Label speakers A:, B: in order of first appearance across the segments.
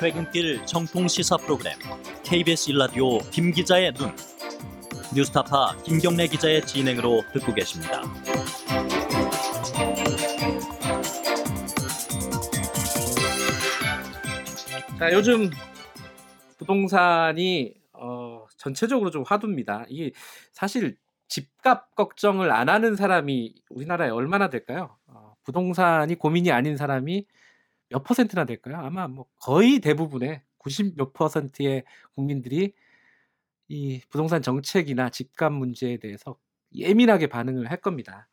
A: 퇴근길 정통 시사 프로그램 KBS 일라디오 김 기자의 눈 뉴스타파 김경래 기자의 진행으로 듣고 계십니다.
B: 자, 요즘 부동산이 어, 전체적으로 좀 화두입니다. 이게 사실 집값 걱정을 안 하는 사람이 우리나라에 얼마나 될까요? 어, 부동산이 고민이 아닌 사람이 몇 퍼센트나 될까요? 아마 뭐 거의 대부분의 90 몇 퍼센트의 국민들이 이 부동산 정책이나 집값 문제에 대해서 예민하게 반응을 할 겁니다.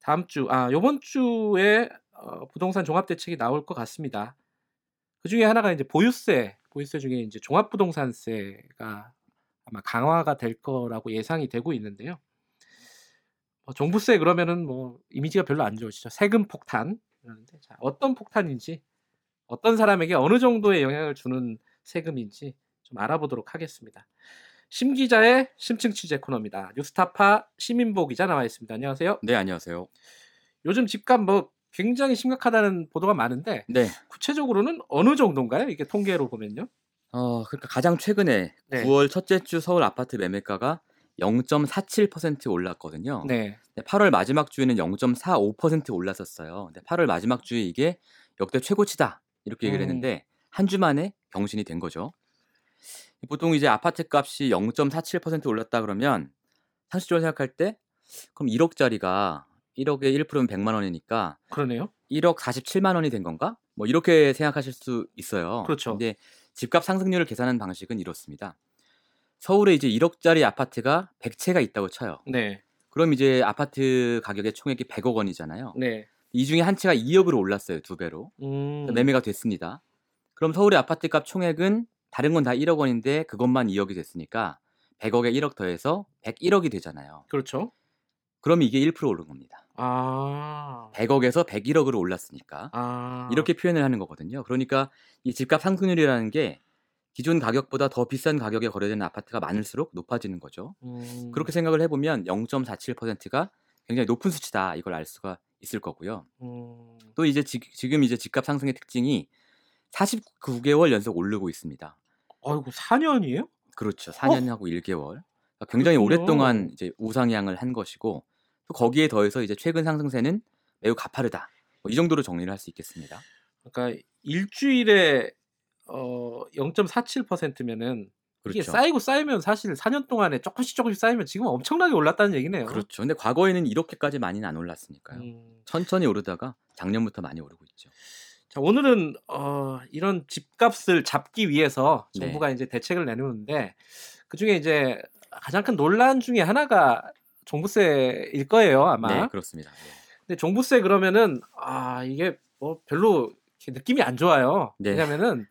B: 다음 주, 아, 요번 주에 어, 부동산 종합대책이 나올 것 같습니다. 그 중에 하나가 이제 보유세, 보유세 중에 이제 종합부동산세가 아마 강화가 될 거라고 예상이 되고 있는데요. 뭐 종부세 그러면은 뭐 이미지가 별로 안 좋으시죠. 세금 폭탄 그러는데 자, 어떤 폭탄인지 어떤 사람에게 어느 정도의 영향을 주는 세금인지 좀 알아보도록 하겠습니다. 심 기자의 심층 취재 코너입니다. 뉴스타파 시민보 기자 나와 있습니다. 안녕하세요.
C: 네, 안녕하세요.
B: 요즘 집값 뭐 굉장히 심각하다는 보도가 많은데
C: 네.
B: 구체적으로는 어느 정도인가요? 이게 통계로 보면요.
C: 어, 그러니까 가장 최근에
B: 네.
C: 9월 첫째 주 서울 아파트 매매가가 0.47% 올랐거든요.
B: 네.
C: 근데 8월 마지막 주에는 0.45% 올랐었어요. 근데 8월 마지막 주에 이게 역대 최고치다. 이렇게 얘기를
B: 음.
C: 했는데 한 주 만에 병신이 된 거죠. 보통 이제 아파트 값이 0.47% 올랐다 그러면 상식적으로 생각할 때 그럼 1억짜리가 1억에 1%면 100만 원이니까
B: 그러네요.
C: 1억 47만 원이 된 건가? 뭐 이렇게 생각하실 수 있어요.
B: 그렇죠.
C: 근데 집값 상승률을 계산하는 방식은 이렇습니다. 서울에 이제 1억짜리 아파트가 100채가 있다고 쳐요.
B: 네.
C: 그럼 이제 아파트 가격의 총액이 100억 원이잖아요.
B: 네.
C: 이 중에 한 채가 2억으로 올랐어요. 두 배로.
B: 음.
C: 매매가 됐습니다. 그럼 서울의 아파트 값 총액은 다른 건 다 1억 원인데 그것만 2억이 됐으니까 100억에 1억 더해서 101억이 되잖아요.
B: 그렇죠.
C: 그럼 이게 1% 오른 겁니다.
B: 아.
C: 100억에서 101억으로 올랐으니까.
B: 아.
C: 이렇게 표현을 하는 거거든요. 그러니까 이 집값 상승률이라는 게 기존 가격보다 더 비싼 가격에 거래되는 아파트가 많을수록 높아지는 거죠.
B: 음.
C: 그렇게 생각을 해보면 0.47%가 굉장히 높은 수치다 이걸 알 수가 있을 거고요.
B: 음.
C: 또 이제 지, 금 이제 집값 상승의 특징이 49개월 연속 오르고 있습니다.
B: 아이고 4년이에요?
C: 그렇죠. 4년하고 1개월. 그러니까 굉장히
B: 어. 그렇군요.
C: 오랫동안 이제 우상향을 한 것이고 또 거기에 더해서 이제 최근 상승세는 매우 가파르다. 뭐이 정도로 정리를 할 수 있겠습니다.
B: 그러니까 일주일에 어 0.47%면은 이게
C: 그렇죠.
B: 쌓이고 쌓이면 사실 4년 동안에 조금씩 조금씩 쌓이면 지금 엄청나게 올랐다는 얘기네요.
C: 그렇죠. 근데 과거에는 이렇게까지 많이는 안 올랐으니까요.
B: 음.
C: 천천히 오르다가 작년부터 많이 오르고 있죠.
B: 자, 오늘은 어, 이런 집값을 잡기 위해서
C: 네.
B: 정부가 이제 대책을 내놓는데 그 중에 이제 가장 큰 논란 중에 하나가 종부세일 거예요 아마.
C: 네, 그렇습니다. 네.
B: 근데 종부세 그러면은 아 이게 뭐 별로 이렇게 느낌이 안 좋아요.
C: 네.
B: 왜냐면은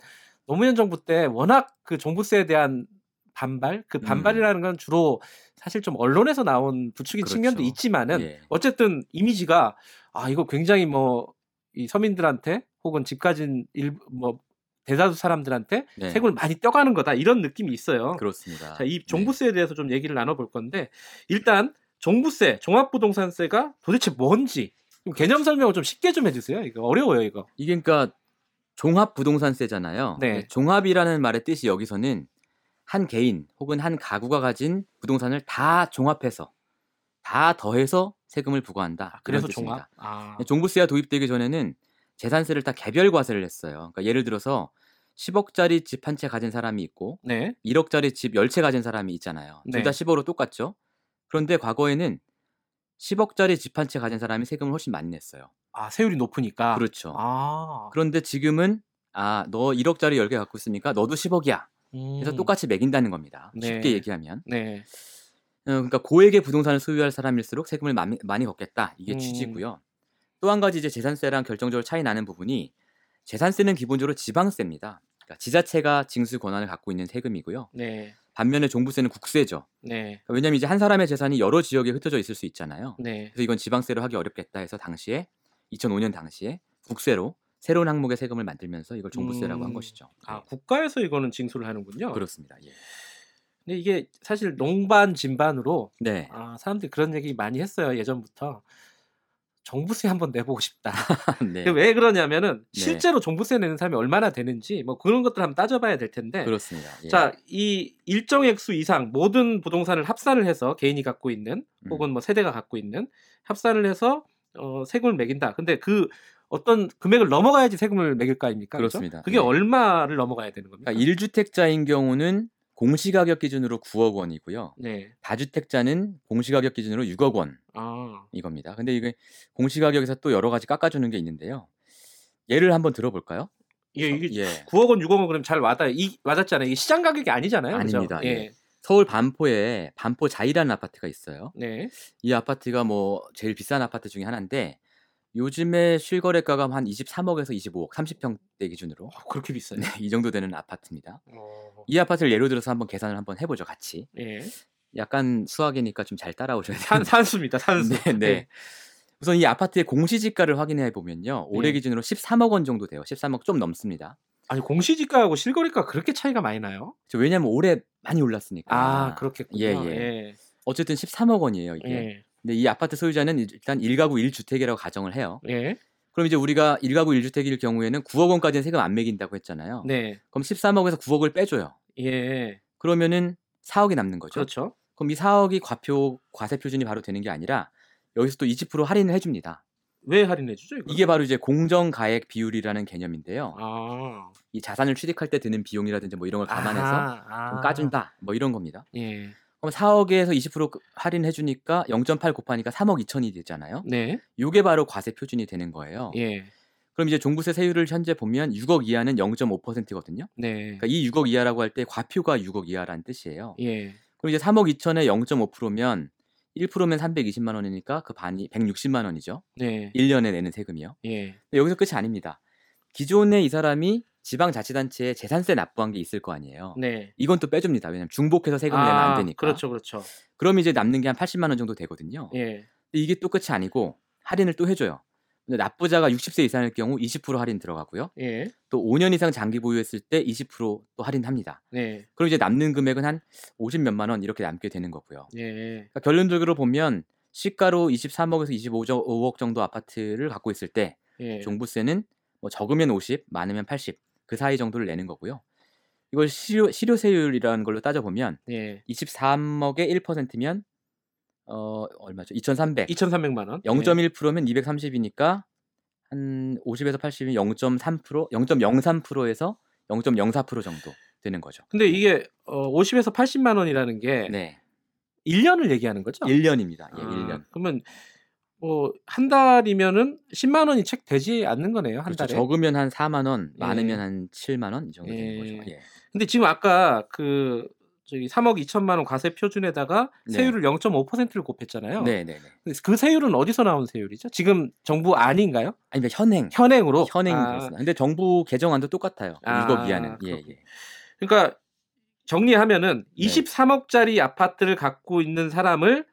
B: 노무현 정부 때 워낙 그 종부세에 대한 반발, 그
C: 음.
B: 반발이라는 건 주로 사실 좀 언론에서 나온 부추긴
C: 그렇죠.
B: 측면도 있지만은
C: 예.
B: 어쨌든 이미지가 아 이거 굉장히 뭐 이 서민들한테 혹은 집 가진 일 뭐 대다수 사람들한테
C: 네,
B: 세금을 많이 떼가는 거다 이런 느낌이 있어요.
C: 그렇습니다.
B: 자, 이
C: 네.
B: 종부세에 대해서 좀 얘기를 나눠볼 건데 일단 종부세, 종합부동산세가 도대체 뭔지 좀 개념 설명을 좀 쉽게 좀 해주세요. 이거 어려워요, 이거.
C: 이게 그러니까 종합 부동산세잖아요.
B: 네.
C: 근데 종합이라는 말의 뜻이 여기서는 한 개인 혹은 한 가구가 가진 부동산을 다 종합해서 다 더해서 세금을 부과한다.
B: 그래서
C: 이런 뜻입니다.
B: 종합. 아,
C: 종부세가 도입되기 전에는 재산세를 다 개별 과세를 했어요. 그러니까 예를 들어서 10억짜리 집 한 채 가진 사람이 있고
B: 네,
C: 1억짜리 집 10채 가진 사람이 있잖아요. 둘
B: 네.
C: 다 10억으로 똑같죠. 그런데 과거에는 10억짜리 집 한 채 가진 사람이 세금을 훨씬 많이 냈어요.
B: 아 세율이 높으니까.
C: 그렇죠.
B: 아,
C: 그런데 지금은 아, 너 1억짜리 10개 갖고 있으니까 너도 10억이야. 그래서
B: 음.
C: 똑같이 매긴다는 겁니다.
B: 네.
C: 쉽게 얘기하면.
B: 네,
C: 어, 그러니까 고액의 부동산을 소유할 사람일수록 세금을 많이, 많이 걷겠다. 이게
B: 음.
C: 취지고요. 또 한 가지 이제 재산세랑 결정적으로 차이 나는 부분이 재산세는 기본적으로 지방세입니다. 그러니까 지자체가 징수 권한을 갖고 있는 세금이고요.
B: 네,
C: 반면에 종부세는 국세죠.
B: 네,
C: 왜냐면 이제 한 사람의 재산이 여러 지역에 흩어져 있을 수 있잖아요.
B: 네.
C: 그래서 이건 지방세로 하기 어렵겠다 해서 당시에 2005년 당시에 국세로 새로운 항목의 세금을 만들면서 이걸 종부세라고
B: 음.
C: 한 것이죠.
B: 아
C: 네,
B: 국가에서 이거는 징수를 하는군요.
C: 그렇습니다. 예.
B: 근데 이게 사실 농반 진반으로
C: 네.
B: 아, 사람들이 그런 얘기 많이 했어요 예전부터 종부세 한번 내보고 싶다.
C: 네.
B: 아, 근데 왜 그러냐면은
C: 네.
B: 실제로 종부세 내는 사람이 얼마나 되는지 뭐 그런 것들 한번 따져봐야 될 텐데.
C: 그렇습니다. 예.
B: 자, 이 일정 액수 이상 모든 부동산을 합산을 해서 개인이 갖고 있는
C: 음.
B: 혹은 뭐 세대가 갖고 있는 합산을 해서 어, 세금을 매긴다. 근데 그 어떤 금액을 넘어가야지 세금을 매길 거 아닙니까? 그죠?
C: 그렇습니다.
B: 그게
C: 예.
B: 얼마를 넘어가야 되는 겁니까?
C: 그러니까 1주택자인 경우는 공시가격 기준으로 9억 원이고요.
B: 네.
C: 다주택자는 공시가격 기준으로 6억 원
B: 아,
C: 이겁니다. 근데 이게 공시가격에서 또 여러 가지 깎아주는 게 있는데요. 예를 한번 들어볼까요?
B: 네, 이게, 이게
C: 예.
B: 9억 원, 6억 원 그럼 잘 와닿 이 와닿잖아요. 이 시장 가격이 아니잖아요. 그죠?
C: 아닙니다.
B: 예.
C: 서울 반포에 반포 자이라는 아파트가 있어요.
B: 네.
C: 이 아파트가 뭐 제일 비싼 아파트 중에 하나인데 요즘에 실거래가가 한 23억에서 25억, 30평대 기준으로
B: 어, 그렇게 비싸요.
C: 네, 이 정도 되는 아파트입니다.
B: 어,
C: 이 아파트를 예로 들어서 한번 계산을 한번 해보죠, 같이.
B: 예.
C: 약간 수학이니까 좀 잘 따라오셔야 돼요.
B: 산, 산수입니다. 산수. 예.
C: 네, 네. 우선 이 아파트의 공시지가를 확인해 보면요. 올해
B: 네.
C: 기준으로 13억 원 정도 돼요. 13억 좀 넘습니다.
B: 아니 공시지가하고 실거래가 그렇게 차이가 많이 나요?
C: 저 왜냐하면 올해 많이 올랐으니까.
B: 아, 그렇겠군요.
C: 예, 예. 어쨌든 13억 원이에요
B: 예.
C: 이게.
B: 예.
C: 근데 이 아파트 소유자는 일단 1가구 1주택이라고 가정을 해요.
B: 예.
C: 그럼 이제 우리가 1가구 1주택일 경우에는 9억 원까지는 세금 안 매긴다고 했잖아요.
B: 네.
C: 그럼 13억에서 9억을 빼줘요.
B: 예.
C: 그러면은 4억이 남는 거죠.
B: 그렇죠.
C: 그럼 이 4억이 과표 과세 표준이 바로 되는 게 아니라 여기서 또 20% 할인을 해줍니다.
B: 왜 할인해 주죠? 이거?
C: 이게 바로 이제 공정가액 비율이라는 개념인데요.
B: 아.
C: 이 자산을 취득할 때 드는 비용이라든지 뭐 이런 걸 감안해서
B: 아, 아.
C: 좀 까준다 뭐 이런 겁니다.
B: 예.
C: 그럼 4억에서 20% 할인해 주니까 0.8 곱하니까 3억 2천이 되잖아요.
B: 네.
C: 요게 바로 과세 표준이 되는 거예요.
B: 예.
C: 그럼 이제 종부세 세율을 현재 보면 6억 이하는 0.5%거든요.
B: 네.
C: 그러니까 이 6억 이하라고 할 때 과표가 6억 이하라는 뜻이에요.
B: 예.
C: 그럼 이제 3억 2천에 0.5%면 1%면 320만 원이니까 그 반이 160만 원이죠.
B: 네.
C: 1년에 내는 세금이요.
B: 예.
C: 근데 여기서 끝이 아닙니다. 기존에 이 사람이 지방자치단체에 재산세 납부한 게 있을 거 아니에요.
B: 네.
C: 이건 또 빼줍니다. 왜냐면 중복해서 세금을 내면
B: 아,
C: 안 되니까.
B: 그렇죠. 그렇죠.
C: 럼 이제 남는 게 한 80만 원 정도 되거든요.
B: 예.
C: 근데 이게 또 끝이 아니고 할인을 또 해줘요. 근데 납부자가 60세 이상일 경우 20% 할인 들어가고요.
B: 예.
C: 또 5년 이상 장기 보유했을 때 20%또 할인합니다.
B: 네.
C: 그럼 이제 남는 금액은 한 50몇만 원 이렇게 남게 되는 거고요.
B: 예.
C: 그러니까 결론적으로 보면 시가로 23억에서 25억 정도 아파트를 갖고 있을 때
B: 예.
C: 종부세는 뭐 적으면 50, 많으면 80 그 사이 정도를 내는 거고요. 이걸 실효, 실효세율이라는 걸로 따져보면
B: 예.
C: 23억에 1%면 어 얼마죠? 2,300.
B: 2,300만 원. 네.
C: 0.1%면 230이니까 한 50에서 80이 0.3%, 0.03%에서 0.04% 정도 되는 거죠.
B: 근데 이게 어, 50에서 80만 원이라는 게
C: 네.
B: 일년을 얘기하는 거죠?
C: 1년입니다. 예,
B: 아,
C: 1년.
B: 그러면 뭐 한 달이면은 10만 원이 책 되지 않는 거네요, 한
C: 그렇죠.
B: 달에.
C: 적으면 한 4만 원,
B: 예.
C: 많으면 한 7만 원 이 정도 되는
B: 예.
C: 거죠. 예.
B: 근데 지금 아까 그 저기 3억 2천만 원 과세 표준에다가
C: 네.
B: 세율을 0.5%를 곱했잖아요.
C: 네, 네, 네.
B: 그 세율은 어디서 나온 세율이죠? 지금 정부 아닌가요?
C: 아니 그러니까 현행.
B: 현행으로.
C: 현행
B: 아,
C: 그렇습니다. 근데 정부 개정안도 똑같아요.
B: 아,
C: 6억 이하는. 예,
B: 그렇군요.
C: 예.
B: 그러니까 정리하면은
C: 네.
B: 23억짜리 아파트를 갖고 있는 사람을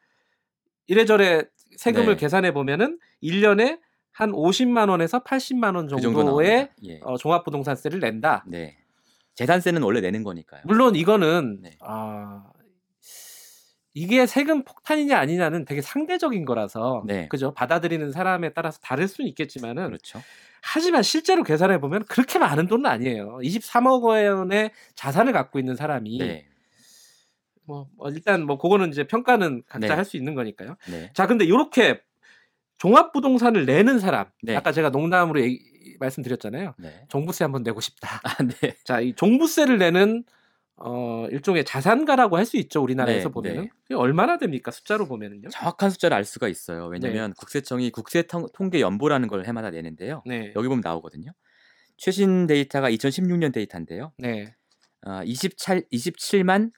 B: 이래저래 세금을
C: 네.
B: 계산해 보면은 1년에 한 50만 원에서 80만 원
C: 그 정도
B: 정도의
C: 나옵니다. 예.
B: 어, 종합부동산세를 낸다.
C: 네. 재산세는 원래 내는 거니까요.
B: 물론 이거는
C: 네.
B: 아 이게 세금 폭탄이냐 아니냐는 되게 상대적인 거라서
C: 네.
B: 그죠 받아들이는 사람에 따라서 다를 수는 있겠지만은
C: 그렇죠.
B: 하지만 실제로 계산해 보면 그렇게 많은 돈은 아니에요. 23억 원의 자산을 갖고 있는 사람이
C: 네.
B: 뭐 어, 일단 뭐 그거는 이제 평가는 각자
C: 네.
B: 할 수 있는 거니까요.
C: 네.
B: 자 근데 이렇게 종합부동산을 내는 사람
C: 네.
B: 아까 제가 농담으로 얘기- 말씀드렸잖아요.
C: 네.
B: 종부세 한번 내고 싶다.
C: 아, 네.
B: 자, 이 종부세를 내는 어 일종의 자산가라고 할 수 있죠 우리나라에서
C: 네,
B: 보면은
C: 네.
B: 그게 얼마나 됩니까 숫자로 보면은요?
C: 정확한 숫자를 알 수가 있어요.
B: 네.
C: 왜냐하면 국세청이 국세통계연보라는 걸 해마다 내는데요.
B: 네,
C: 여기 보면 나오거든요. 최신 데이터가 2016년 데이터인데요.
B: 네,
C: 아, 27, 27만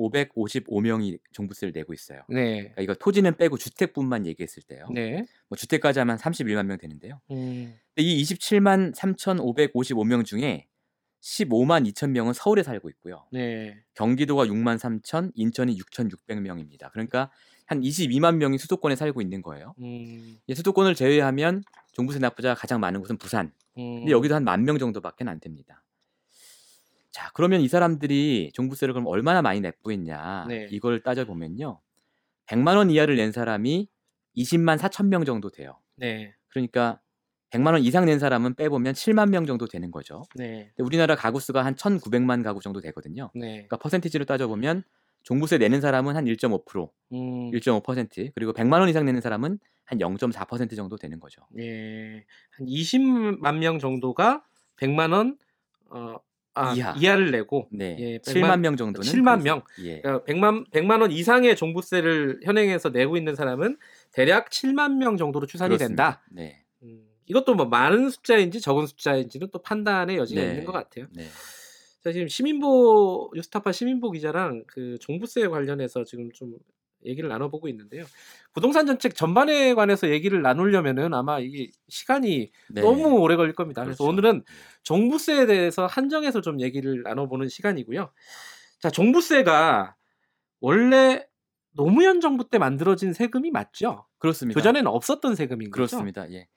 C: 3,555명이 종부세를 내고 있어요.
B: 네,
C: 그러니까 이거 토지는 빼고 주택뿐만 얘기했을 때요.
B: 네,
C: 뭐 주택까지 하면 31만 명 되는데요.
B: 음,
C: 근데 이 27만 3,555명 중에 15만 2천 명은 서울에 살고 있고요.
B: 네,
C: 경기도가 6만 3천, 인천이 6,600명입니다. 그러니까 한 22만 명이 수도권에 살고 있는 거예요.
B: 음,
C: 이 수도권을 제외하면 종부세 납부자가 가장 많은 곳은 부산.
B: 음.
C: 근데 여기도 한 만 명 정도밖에 안 됩니다. 자, 그러면 이 사람들이 종부세를 그럼 얼마나 많이 납부했냐?
B: 네.
C: 이걸 따져 보면요. 100만 원 이하를 낸 사람이 20만 4천 명 정도 돼요.
B: 네.
C: 그러니까 100만 원 이상 낸 사람은 빼보면 7만 명 정도 되는 거죠.
B: 네.
C: 근데 우리나라 가구 수가 한 1,900만 가구 정도 되거든요.
B: 네.
C: 그러니까 퍼센티지로 따져보면 종부세 내는 사람은 한 1.5%,
B: 음.
C: 1.5% 그리고 100만 원 이상 내는 사람은 한 0.4% 정도 되는 거죠.
B: 예. 한 20만 명 정도가 100만 원 어, 아,
C: 이하.
B: 이하. 를 내고
C: 네,
B: 예,
C: 7만 명 정도는
B: 7만
C: 그래서-
B: 명.
C: 예,
B: 그러니까 100만 100만 원 이상의 종부세를 현행에서 내고 있는 사람은 대략 7만 명 정도로 추산이 된다.
C: 그렇습니다. 네,
B: 음, 이것도 뭐 많은 숫자인지 적은 숫자인지는 또 판단의 여지가
C: 네.
B: 있는 것 같아요.
C: 네,
B: 자, 지금 시민보 뉴스타파 시민보 기자랑 그 종부세 관련해서 지금 좀 얘기를 나눠보고 있는데요. 부동산 정책 전반에 관해서 얘기를 나누려면은 아마 이게 시간이
C: 네.
B: 너무 오래 걸릴 겁니다. 그래서
C: 그렇죠.
B: 오늘은 종부세에 대해서 한정해서 좀 얘기를 나눠보는 시간이고요. 자, 종부세가 원래 노무현 정부 때 만들어진 세금이 맞죠?
C: 그렇습니다.
B: 그전에는 없었던 세금인 거죠?
C: 그렇습니다. 예.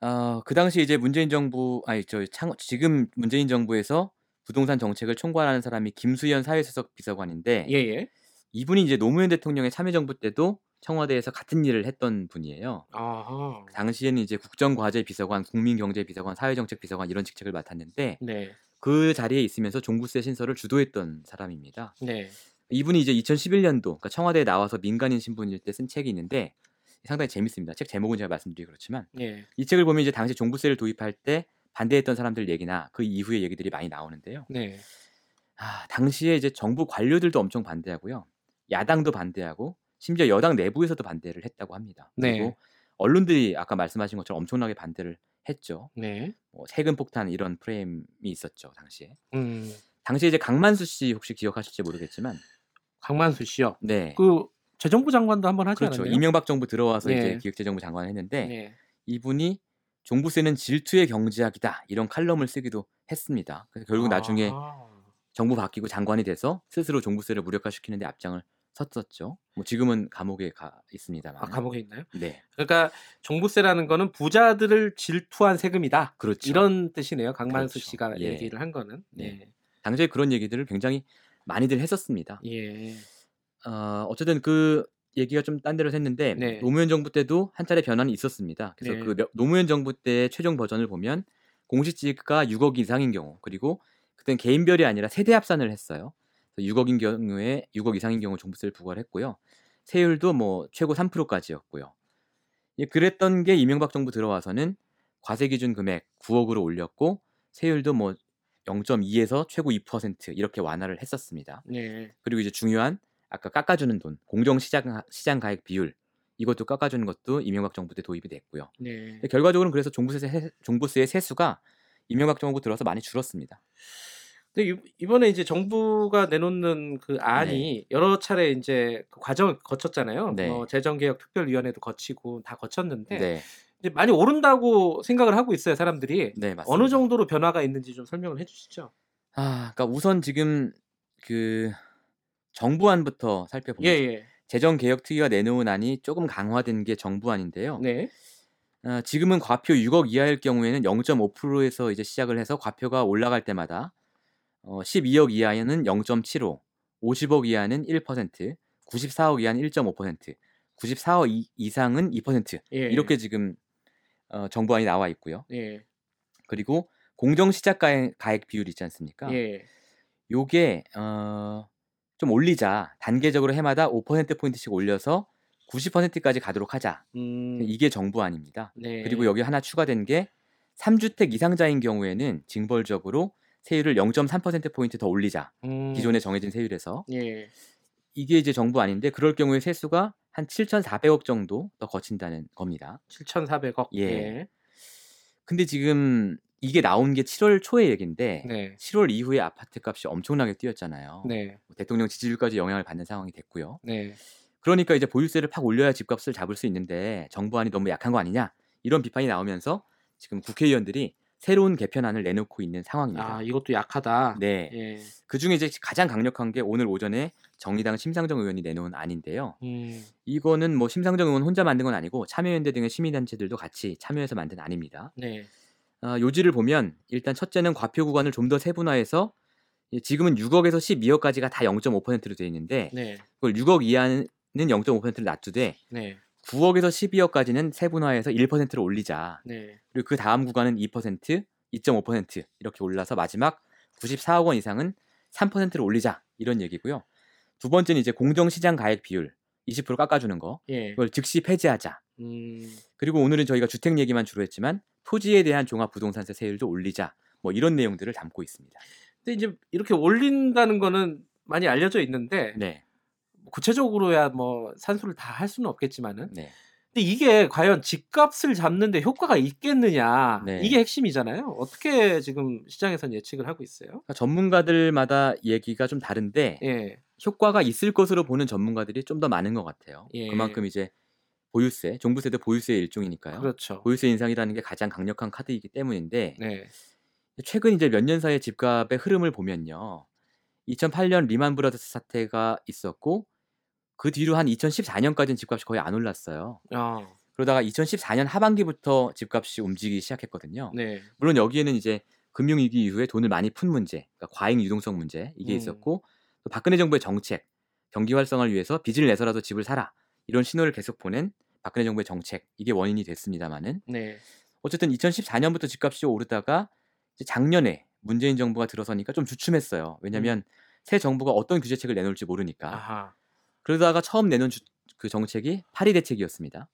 C: 어, 그 당시 이제 문재인 정부 아니 저 창, 지금 문재인 정부에서 부동산 정책을 총괄하는 사람이 김수현 사회수석 비서관인데
B: 예, 예.
C: 이분이 이제 노무현 대통령의 참여정부 때도 청와대에서 같은 일을 했던 분이에요.
B: 아,
C: 당시에는 이제 국정과제 비서관, 국민경제 비서관, 사회정책 비서관 이런 직책을 맡았는데
B: 네,
C: 그 자리에 있으면서 종부세 신설을 주도했던 사람입니다.
B: 네,
C: 이분이 이제 2011년도 그러니까 청와대에 나와서 민간인 신분일 때 쓴 책이 있는데 상당히 재밌습니다. 책 제목은 제가 말씀드리기 그렇지만
B: 예,
C: 이 책을 보면 이제 당시 종부세를 도입할 때 반대했던 사람들 얘기나 그 이후의 얘기들이 많이 나오는데요.
B: 네,
C: 아, 당시에 이제 정부 관료들도 엄청 반대하고요. 야당도 반대하고 심지어 여당 내부에서도 반대를 했다고 합니다.
B: 네.
C: 그리고 언론들이 아까 말씀하신 것처럼 엄청나게 반대를 했죠.
B: 네.
C: 뭐 세금 폭탄 이런 프레임이 있었죠 당시에.
B: 음,
C: 당시에 이제 강만수 씨 혹시 기억하실지 모르겠지만,
B: 강만수 씨요.
C: 네,
B: 그 재정부 장관도 한번 하지
C: 그렇죠.
B: 않았나요?
C: 이명박 정부 들어와서
B: 네.
C: 이제 기획재정부 장관을 했는데
B: 네.
C: 이분이 종부세는 질투의 경제학이다 이런 칼럼을 쓰기도 했습니다. 그래서 결국 나중에
B: 아,
C: 정부 바뀌고 장관이 돼서 스스로 종부세를 무력화시키는데 앞장을 섰었죠. 뭐 지금은 감옥에 가 있습니다만.
B: 아, 감옥에 있나요?
C: 네,
B: 그러니까 종부세라는 거는 부자들을 질투한 세금이다.
C: 그렇죠.
B: 이런 뜻이네요. 강만수
C: 그렇죠.
B: 씨가
C: 예.
B: 얘기를 한 거는.
C: 네. 당시에 그런 얘기들을 굉장히 많이들 했었습니다.
B: 예. 예.
C: 네. 어, 어쨌든 그 얘기가 좀 딴 데로 샜는데
B: 네.
C: 노무현 정부 때도 한 차례 변환이 있었습니다. 그래서
B: 네.
C: 그 몇- 노무현 정부 때 최종 버전을 보면 공시지가 6억 이상인 경우 그리고 그땐 개인별이 아니라 세대 합산을 했어요. 그래서 6억인 경우에 6억 이상인 경우 종부세를 부과했고요. 세율도 뭐 최고 3%까지였고요. 예, 그랬던 게 이명박 정부 들어와서는 과세 기준 금액 9억으로 올렸고 세율도 뭐 0.2에서 최고 2% 이렇게 완화를 했었습니다.
B: 예.
C: 그리고 이제 중요한 아까 깎아주는 돈 공정 시장 시장 가액 비율 이것도 깎아주는 것도 이명박 정부 때 도입이 됐고요.
B: 네.
C: 근데 결과적으로는 그래서 종부세 세- 종부세의 세수가 이명박 정부 들어서 많이 줄었습니다.
B: 근데 이- 이번에 이제 정부가 내놓는
C: 네.
B: 그 안이 여러 차례 이제 그 과정을 거쳤잖아요.
C: 네.
B: 뭐 재정개혁 특별위원회도 거치고 다 거쳤는데
C: 네,
B: 이제 많이 오른다고 생각을 하고 있어요, 사람들이.
C: 네 맞습니다.
B: 어느 정도로 변화가 있는지 좀 설명을 해 주시죠.
C: 아, 그러니까 우선 지금 그 정부안부터
B: 예,
C: 살펴보면
B: 예.
C: 재정 개혁 특위가 내놓은 안이 조금 강화된 게 정부안인데요.
B: 네.
C: 어, 지금은 과표 6억 이하일 경우에는 0.5%에서 이제 시작을 해서 과표가 올라갈 때마다 어, 12억 이하에는 0.75, 50억 이하는 1%, 94억 이하는 1.5%, 94억 이- 이상은 2%
B: 예.
C: 이렇게 지금 어, 정부안이 나와 있고요.
B: 예.
C: 그리고 공정 시작 가액, 가액 비율 있지 않습니까?
B: 예.
C: 요게 어, 좀 올리자 단계적으로 해마다 5% 포인트씩 올려서 90%까지 가도록 하자.
B: 음.
C: 이게 정부안입니다.
B: 네.
C: 그리고 여기 하나 추가된 게 3주택 이상자인 경우에는 징벌적으로 세율을 0.3%포인트 더 올리자.
B: 음.
C: 기존에 정해진 세율에서.
B: 예.
C: 이게 이제 정부 아닌데 그럴 경우에 세수가 한 7,400억 정도 더 거친다는 겁니다.
B: 7,400억. 네.
C: 예. 근데 지금 이게 나온 게 7월 초의 얘긴데
B: 네.
C: 7월 이후에 아파트 값이 엄청나게 뛰었잖아요. 뭐
B: 네.
C: 대통령 지지율까지 영향을 받는 상황이 됐고요.
B: 네.
C: 그러니까 이제 보유세를 팍 올려야 집값을 잡을 수 있는데 정부안이 너무 약한 거 아니냐 이런 비판이 나오면서 지금 국회의원들이 새로운 개편안을 내놓고 있는 상황입니다.
B: 아, 이것도 약하다.
C: 네,
B: 예.
C: 그 중에 이제 가장 강력한 게 오늘 오전에 정의당 심상정 의원이 내놓은 안인데요.
B: 음.
C: 이거는 뭐 심상정 의원 혼자 만든 건 아니고 참여연대 등의 시민단체들도 같이 참여해서 만든 안입니다.
B: 네.
C: 아, 요지를 보면 일단 첫째는 과표 구간을 좀 더 세분화해서 예, 지금은 6억에서 12억까지가 다 0.5%로 되어 있는데
B: 네.
C: 그걸 6억 이하는 0.5%를 낮추되
B: 네.
C: 9억에서 12억까지는 세분화해서 1%를 올리자.
B: 네.
C: 그리고 그 다음 구간은 2%, 2.5% 이렇게 올라서 마지막 94억 원 이상은 3%를 올리자 이런 얘기고요. 두 번째는 이제 공정시장 가액 비율 20% 깎아주는 거
B: 예.
C: 이걸 즉시 폐지하자.
B: 음,
C: 그리고 오늘은 저희가 주택 얘기만 주로 했지만 토지에 대한 종합부동산세 세율도 올리자 뭐 이런 내용들을 담고 있습니다.
B: 근데 이제 이렇게 올린다는 거는 많이 알려져 있는데
C: 네,
B: 구체적으로야 뭐 산수를 다 할 수는 없겠지만은
C: 네,
B: 근데 이게 과연 집값을 잡는데 효과가 있겠느냐
C: 네.
B: 이게 핵심이잖아요. 어떻게 지금 시장에선 예측을 하고 있어요?
C: 그러니까 전문가들마다 얘기가 좀 다른데
B: 예,
C: 효과가 있을 것으로 보는 전문가들이 좀 더 많은 것 같아요.
B: 예.
C: 그만큼 이제 보유세, 종부세도 보유세의 일종이니까요.
B: 그렇죠.
C: 보유세 인상이라는 게 가장 강력한 카드이기 때문인데
B: 네,
C: 최근 이제 몇 년 사이의 집값의 흐름을 보면요. 2008년 리만 브라더스 사태가 있었고 그 뒤로 한 2014년까지는 집값이 거의 안 올랐어요.
B: 어,
C: 그러다가 2014년 하반기부터 집값이 움직이기 시작했거든요.
B: 네,
C: 물론 여기에는 이제 금융위기 이후에 돈을 많이 푼 문제, 그러니까 과잉 유동성 문제 이게
B: 음.
C: 있었고 또 박근혜 정부의 정책, 경기 활성화를 위해서 빚을 내서라도 집을 사라 이런 신호를 계속 보낸 박근혜 정부의 정책 이게 원인이 됐습니다만은
B: 네,
C: 어쨌든 2014년부터 집값이 오르다가 이제 작년에 문재인 정부가 들어서니까 좀 주춤했어요. 왜냐하면 새 정부가 어떤 규제책을 내놓을지 모르니까
B: 음. 아하,
C: 그러다가 처음 내놓은 주- 그 정책이 파리 대책이었습니다.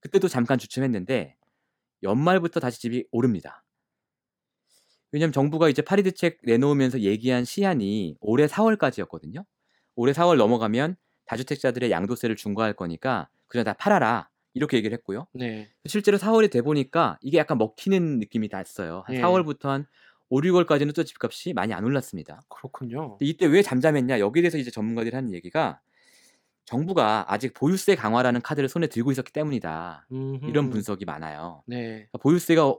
C: 그때도 잠깐 주춤했는데 연말부터 다시 집이 오릅니다. 왜냐하면 정부가 이제 파리 대책 내놓으면서 얘기한 시한이 올해 4월까지였거든요. 올해 4월 넘어가면 다주택자들의 양도세를 중과할 거니까 그냥 다 팔아라 이렇게 얘기를 했고요.
B: 네,
C: 실제로 4월이 돼 보니까 이게 약간 먹히는 느낌이 났어요. 한
B: 예.
C: 4월부터 한 5, 6월까지는 또 집값이 많이 안 올랐습니다.
B: 그렇군요.
C: 근데 이때 왜 잠잠했냐 여기에 대해서 이제 전문가들이 하는 얘기가 정부가 아직 보유세 강화라는 카드를 손에 들고 있었기 때문이다
B: 음흠.
C: 이런 분석이 많아요
B: 네,
C: 그러니까 보유세가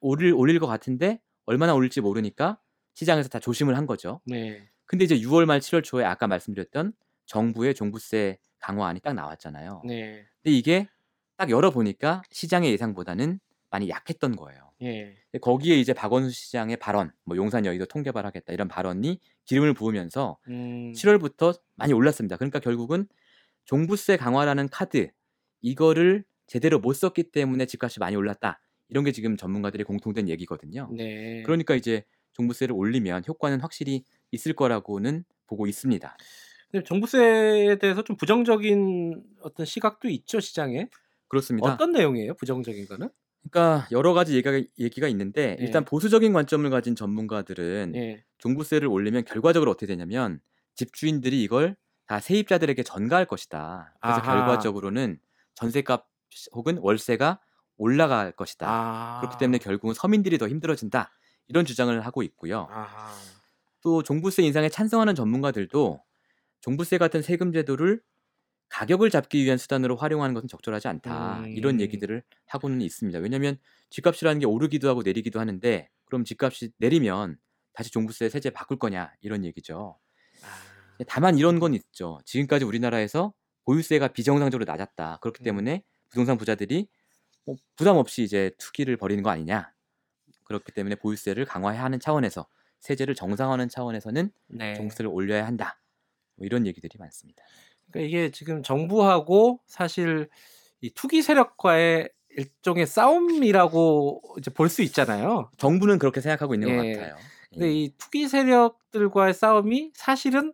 C: 오를 올릴 것 같은데 얼마나 올릴지 모르니까 시장에서 다 조심을 한 거죠
B: 네,
C: 근데 이제 6월 말 7월 초에 아까 말씀드렸던 정부의 종부세 강화안이 딱 나왔잖아요
B: 네,
C: 근데 이게 딱 열어보니까 시장의 예상보다는 많이 약했던 거예요
B: 예,
C: 근데 거기에 이제 박원순 시장의 발언 뭐 용산 여의도 통개발하겠다 이런 발언이 기름을 부으면서
B: 음,
C: 7월부터 많이 올랐습니다. 그러니까 결국은 종부세 강화라는 카드 이거를 제대로 못 썼기 때문에 집값이 많이 올랐다. 이런 게 지금 전문가들의 공통된 얘기거든요.
B: 네,
C: 그러니까 이제 종부세를 올리면 효과는 확실히 있을 거라고는 보고 있습니다.
B: 근데 종부세에 대해서 좀 부정적인 어떤 시각도 있죠 시장에.
C: 그렇습니다.
B: 어떤 내용이에요? 부정적인 거는?
C: 그러니까 여러 가지 얘기가, 얘기가 있는데
B: 예.
C: 일단 보수적인 관점을 가진 전문가들은
B: 예,
C: 종부세를 올리면 결과적으로 어떻게 되냐면 집주인들이 이걸 다 세입자들에게 전가할 것이다. 그래서
B: 아하.
C: 결과적으로는 전세값 혹은 월세가 올라갈 것이다.
B: 아,
C: 그렇기 때문에 결국은 서민들이 더 힘들어진다. 이런 주장을 하고 있고요.
B: 아하,
C: 또 종부세 인상에 찬성하는 전문가들도 종부세 같은 세금 제도를 가격을 잡기 위한 수단으로 활용하는 것은 적절하지 않다.
B: 음.
C: 이런 얘기들을 하고는 있습니다. 왜냐하면 집값이라는 게 오르기도 하고 내리기도 하는데 그럼 집값이 내리면 다시 종부세 세제 바꿀 거냐 이런 얘기죠.
B: 아,
C: 다만 이런 건 있죠. 지금까지 우리나라에서 보유세가 비정상적으로 낮았다. 그렇기
B: 음.
C: 때문에 부동산 부자들이 뭐 부담 없이 이제 투기를 벌이는 거 아니냐. 그렇기 때문에 보유세를 강화해야 하는 차원에서 세제를 정상화하는 차원에서는
B: 네.
C: 종부세를 올려야 한다. 뭐 이런 얘기들이 많습니다.
B: 그러니까 이게 지금 정부하고 사실 이 투기 세력과의 일종의 싸움이라고 이제 볼 수 있잖아요.
C: 정부는 그렇게 생각하고 있는 것
B: 예.
C: 같아요.
B: 근데
C: 예.
B: 이 투기 세력들과의 싸움이 사실은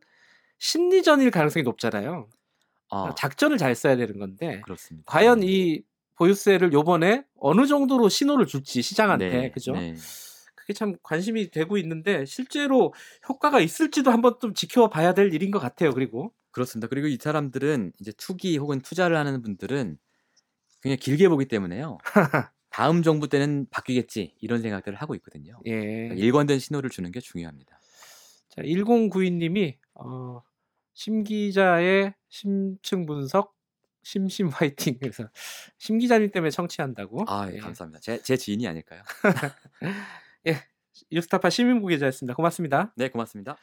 B: 심리전일 가능성이 높잖아요. 그러니까
C: 어,
B: 작전을 잘 써야 되는 건데
C: 그렇습니다.
B: 과연
C: 네.
B: 이 보유세를 요번에 어느 정도로 신호를 줄지 시장한테
C: 네,
B: 그죠?
C: 네.
B: 그게 참 관심이 되고 있는데 실제로 효과가 있을지도 한번 좀 지켜봐야 될 일인 것 같아요. 그리고
C: 그렇습니다. 그리고 이 사람들은 이제 투기 혹은 투자를 하는 분들은 그냥 길게 보기 때문에요. 다음 정부 때는 바뀌겠지 이런 생각들을 하고 있거든요.
B: 예.
C: 그러니까 일관된 신호를 주는 게 중요합니다.
B: 자, 1092님이 어, 심 기자의 심층 분석 심심 화이팅 그래서 심 기자님 때문에 청취한다고.
C: 아, 예,
B: 예.
C: 감사합니다. 제, 제 지인이 아닐까요?
B: 유스타파 시민부 기자였습니다. 고맙습니다.
C: 네, 고맙습니다.